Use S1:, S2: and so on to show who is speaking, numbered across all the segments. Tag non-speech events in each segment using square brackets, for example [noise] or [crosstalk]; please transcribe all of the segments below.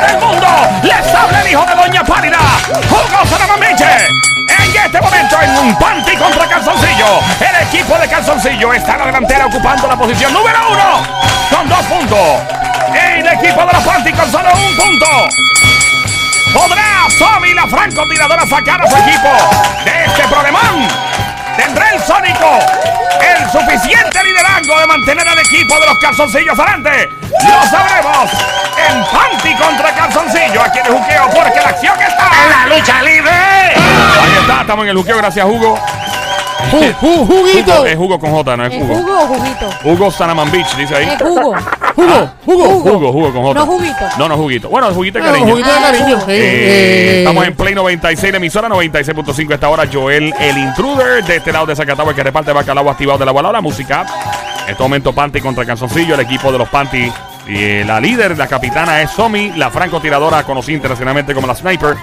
S1: este el equipo de calzoncillo está en la delantera ocupando la posición número uno con dos puntos. El equipo de los panty con solo un punto. ¿Podrá Tommy la francotiradora sacar a su equipo de este problemón? ¿Tendrá el Sónico el suficiente liderazgo de mantener al equipo de los calzoncillos adelante? Lo sabremos en Panty contra Calzoncillo. Aquí en el juqueo porque la acción está
S2: ¡En la lucha libre!
S1: Ahí está, estamos en el juqueo. Gracias, Hugo.
S3: Ju-
S1: Eh,
S3: ju- juguito.
S1: Es Hugo con J, no es
S3: ¿Es
S1: Hugo.
S3: jugo o juguito?
S1: Hugo Sanaman Beach, dice ahí. Ah,
S3: Es jugo. Jugo,
S1: eh. Hugo,
S3: jugo.
S1: Hugo, Jugo con J.
S3: No juguito.
S1: No, no juguito. Bueno, juguito de
S3: Ah,
S1: cariño.
S3: juguito de cariño. sí,
S1: Eh,
S3: eh,
S1: estamos en Play 96, la emisora 96.5. A Esta hora, Joel, el intruder de este lado de Zacatau, el que reparte bacalao activado de la bola. La música. En este momento, Panty contra Canzoncillo, el equipo de los Panty. Eh, la líder, la capitana es Somi, la francotiradora conocida internacionalmente como la Sniper.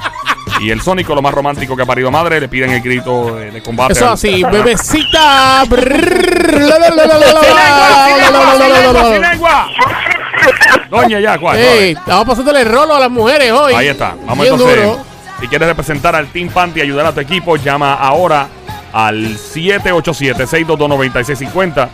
S1: Y el Sónico, lo más romántico que ha parido madre, le piden el grito eh, de, combate.
S3: Eso
S1: al-
S3: así,
S1: [laughs]
S3: bebecita. Brrr, la, la, la, la, la, la,
S1: ¡Sin lengua, sin
S3: la,
S1: lengua,
S3: la, la,
S1: sin
S3: la, la,
S1: lengua,
S3: la,
S1: sin
S3: la.
S1: lengua! Doña ya, ¿cuál?
S3: Ey, estamos pasándole rolo a las mujeres hoy.
S1: Ahí está. Vamos
S3: Bien
S1: entonces.
S3: duro.
S1: Si quieres representar al Team Panty y ayudar a tu equipo, llama ahora al 787-622-9650.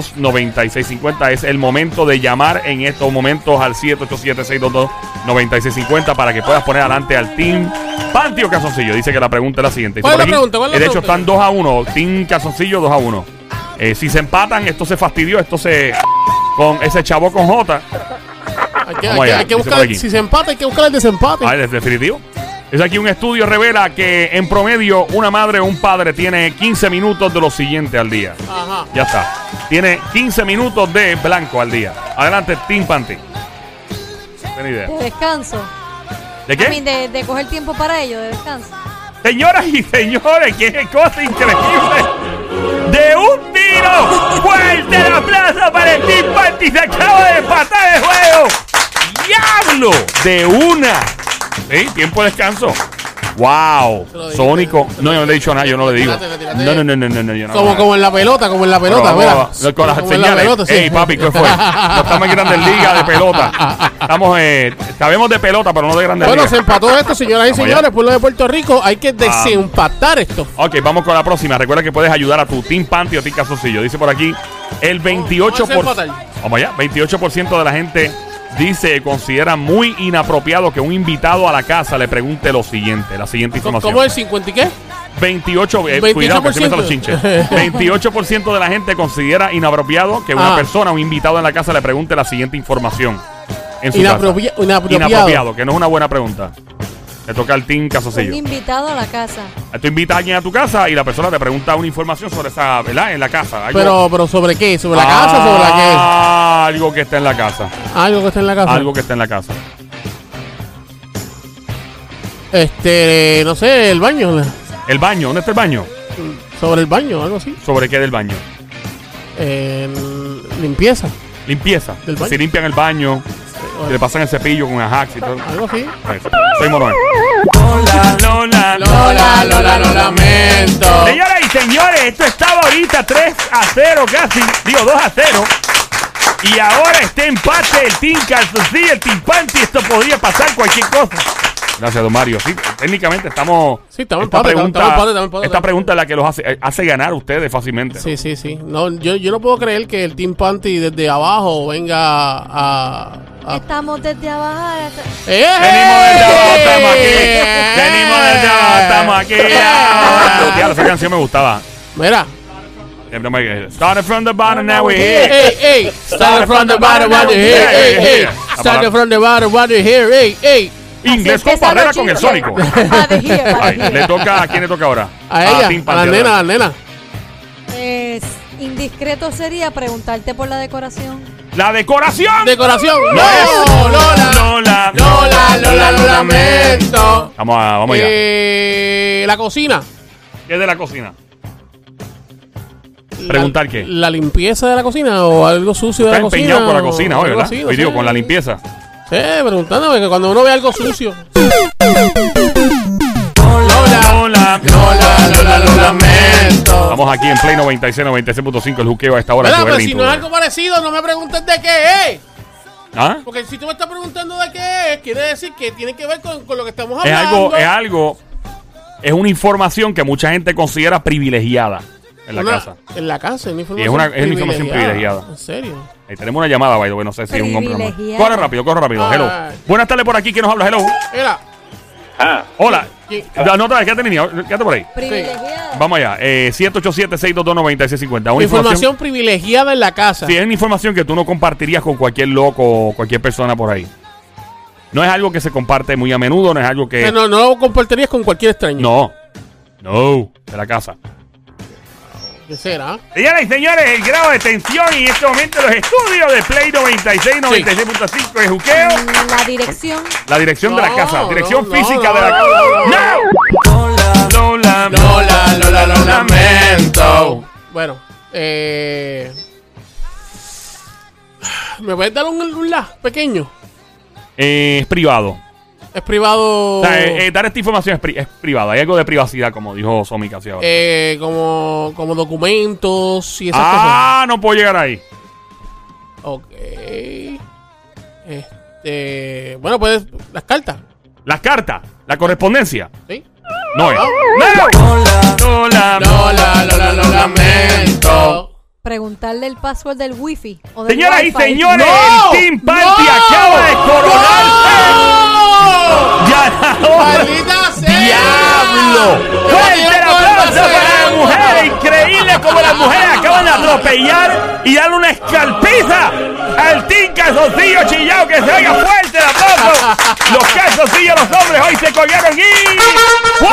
S1: 787-622-9650. Es el momento de llamar en estos momentos al 787-622-9650 para que puedas poner adelante al Team Panty o Casoncillo. Dice que la pregunta es la siguiente.
S3: ¿Cuál es
S1: Por
S3: la
S1: aquí,
S3: pregunta? ¿Cuál es la
S1: de hecho,
S3: pregunta?
S1: están 2 a 1. Team Casoncillo 2 a 1. Eh, si se empatan, esto se fastidió, esto se... Con ese chavo con J.
S3: Hay que, hay
S1: Vamos
S3: que-
S1: allá,
S3: hay que
S1: dice por
S3: buscar,
S1: aquí.
S3: si se empata, hay que buscar el desempate.
S1: Ah, es definitivo. Es aquí un estudio revela que en promedio una madre o un padre tiene 15 minutos de lo siguiente al día.
S3: Ajá.
S1: Ya está. Tiene 15 minutos de blanco al día. Adelante, Team Panty. Buena idea.
S4: De descanso.
S1: ¿De
S4: I mean,
S1: qué?
S4: de, de coger tiempo para ello, de descanso.
S1: Señoras y señores, qué cosa increíble. De un tiro. Fuerte el aplauso para el Team Panty. Se acaba de empatar el juego. ¡Diablo! De una. Sí, tiempo de descanso. ¡Wow!
S3: lo dije,
S1: Sónico. No, yo no le he dicho nada, yo no le digo.
S3: Retírate, retírate.
S1: No, no, no, no, no, no, yo no.
S3: Como, como en la pelota, como en la
S1: Pero
S3: pelota,
S1: vamos,
S3: mira.
S1: vamos, con las
S3: Como en la
S1: señales.
S3: pelota, sí.
S1: Ey, papi,
S3: [laughs]
S1: ¿qué fue? No estamos en grandes ligas de pelota. Estamos, eh, sabemos de pelota, pero no de grandes
S3: Bueno,
S1: ligas.
S3: se empató esto, señoras y
S1: Vamos allá. Ah.
S3: señores, pueblo de Puerto Rico, hay que desempatar esto.
S1: Ok, vamos con la próxima. Recuerda que puedes ayudar a tu Team Panty o Team Calzoncillo. Dice por aquí, el 28%. por-
S3: Vamos a hacer fatal.
S1: Vamos allá, 28% de la gente dice, considera muy inapropiado que un invitado a la casa le pregunte lo siguiente, la siguiente
S3: ¿Cómo,
S1: información.
S3: es 50 y qué?
S1: 28, eh, cuidado que así empiezan los chinches.
S3: [laughs]
S1: 28% de la gente considera inapropiado que una
S3: Ah.
S1: persona, un invitado en la casa, le pregunte la siguiente información. En su
S3: Inapropia-
S1: casa.
S3: inapropiado.
S1: Inapropiado, que no es una buena pregunta. Le toca al team
S4: Un
S1: Casosillo.
S4: invitado a la casa.
S1: Tú invitas a alguien a tu casa y la persona te pregunta una información sobre esa, ¿verdad? En la casa. Algo-
S3: Pero, pero ¿sobre qué? ¿Sobre la casa? ¿Sobre la
S1: Ah, Algo que está en la casa.
S3: qué? Algo que está en la casa.
S1: Algo que está en la casa.
S3: Este, no sé, el baño. la-
S1: El baño, ¿dónde está el baño?
S3: Sobre el baño, algo así.
S1: ¿Sobre qué del baño?
S3: Eh, limpieza,
S1: Limpieza.
S3: Del baño.
S1: Si limpian el baño, si le pasan el cepillo con ajax
S3: [laughs]
S1: y todo.
S3: algo así.
S1: Soy Morón. Lola, Lola, Señoras y señores, esto estaba ahorita 3 a 0 casi, digo 2 a 0. Y ahora está empate el Team Calzoncillo, el Team Panty. Esto podría pasar cualquier cosa. Gracias, don Mario. Sí, técnicamente estamos.
S3: Sí, estamos
S1: esta
S3: empate, estamos
S1: pregunta,
S3: empate, estamos empate.
S1: Esta pregunta es la que los hace, eh, hace ganar a ustedes fácilmente.
S3: Sí, sí, sí. No, yo, yo no puedo creer que el Team Panty desde abajo venga a...
S1: Ah.
S3: a-
S4: Estamos desde abajo. hasta-
S3: ¡Eh!
S1: Venimos desde abajo, estamos aquí. Venimos desde abajo, estamos
S3: Eh.
S1: aquí. Ah, diablo, esa canción me gustaba.
S3: Mira.
S1: Siempre me- Started from the bottom, now we're here.
S3: Hey, hey, started from the bottom, what you hear, hey, hey, started from the bottom, what you hear, hey, hey.
S1: Inglés
S4: Así
S1: con
S4: empiezan
S1: barrera
S4: los
S1: con el sónico.
S4: chicles. [laughs] Ah, de gira, de
S1: Ay,
S4: gira.
S1: le toca, ¿A quién le toca ahora? Tim
S3: A ella, a la
S1: Panty,
S3: nena, a la
S1: ¿verdad?
S3: nena.
S4: Es indiscreto sería preguntarte por la decoración.
S1: La decoración.
S3: Decoración.
S1: No es-
S3: No, Lola.
S1: Lola.
S3: Lola, Lola, lo lamento.
S1: Vamos, a, vamos allá. ¿Qué
S3: Eh, la cocina.
S1: es de la cocina? ¿Preguntar qué?
S3: La limpieza de la cocina o algo sucio de
S1: Está
S3: la cocina.
S1: empeñado con la
S3: o
S1: cocina hoy,
S3: algo
S1: ¿verdad?
S3: así,
S1: Y
S3: no
S1: digo,
S3: sé.
S1: con la limpieza.
S3: Sí, preguntándome que cuando uno ve algo sucio. Lola,
S1: Lola.
S3: Lola, Lola, lo lamento.
S1: Estamos aquí en Play 96, 96.5, el juqueo a esta hora.
S3: Mira,
S1: Joel
S3: pero si no
S1: Ventura.
S3: es algo parecido, no me preguntes de qué es.
S1: ¿Ah?
S3: Porque si tú me estás preguntando de qué es, quiere decir que tiene que ver con, con lo que estamos
S1: Es
S3: hablando.
S1: algo, es algo es una información que mucha gente considera privilegiada en la
S3: Una-
S1: casa.
S3: En la casa, en
S1: Y es una- es una información privilegiada.
S3: En serio.
S1: Ahí tenemos una llamada, Baido, que no sé si es un hombre o una mujer.
S4: Privilegiada.
S1: Corre rápido, corre rápido. Hello.
S3: Ay.
S1: Buenas tardes por aquí. ¿Quién nos habla? Hello.
S3: Era.
S2: Ah,
S1: Hola.
S3: ¿Quién?
S1: No, no, otra vez, quédate en línea. Quédate por ahí.
S4: Privilegiada.
S1: Vamos allá. Eh, 787-622-9650. Una información.
S3: Información privilegiada en la casa.
S1: Sí, es una información que tú no compartirías con cualquier loco o cualquier persona por ahí. No es algo que se comparte muy a menudo, no es algo que.
S3: Que Ah, no, no lo compartirías con cualquier extraño.
S1: No. No. De la casa.
S3: ¿Qué será?
S1: Señoras y señores, el grado de tensión y en este momento los estudios de Play 96, 96.5 de Juqueo.
S4: La dirección.
S1: La dirección de la
S3: No,
S1: casa, dirección
S3: no,
S1: física
S3: no,
S1: de la
S3: no,
S1: casa. ¡No! Lola,
S3: Lola, Lola, lo lamento. Bueno, eh. ¿Me puedes dar un, un la pequeño?
S1: Eh, es privado.
S3: Es privado.
S1: O sea, eh, eh, dar esta información es, pri- es privada. Hay algo de privacidad, como dijo Somi casi ahora.
S3: eh, como, como documentos y esas
S1: ah, no puedo llegar ahí.
S3: cosas. Ok. Este. Bueno, pues las cartas.
S1: Las cartas, la correspondencia.
S3: ¿Sí?
S1: No es. ¡No! Lola,
S3: Lola, Lola, lo lamento.
S4: Preguntarle el password del wifi. O del
S1: Señoras y
S4: wifi.
S1: señores,
S3: ¡No!
S1: el Team Panty
S3: ¡No!
S1: acaba de coronarse. ¡Ya la hora!
S3: ¡Oh! ¡Maldita sea!
S1: ¡Diablo!
S3: ¡Yo
S1: ¡Fuerte
S3: quiero
S1: el aplauso
S3: conocer!
S1: para las mujeres! ¡Increíble como las mujeres acaban de atropellar y darle una escalpiza al Team Calzoncillo Chillao! ¡Que se oiga fuerte el aplauso! Los calzoncillos, los hombres, hoy se colgaron y... ¡Fuera!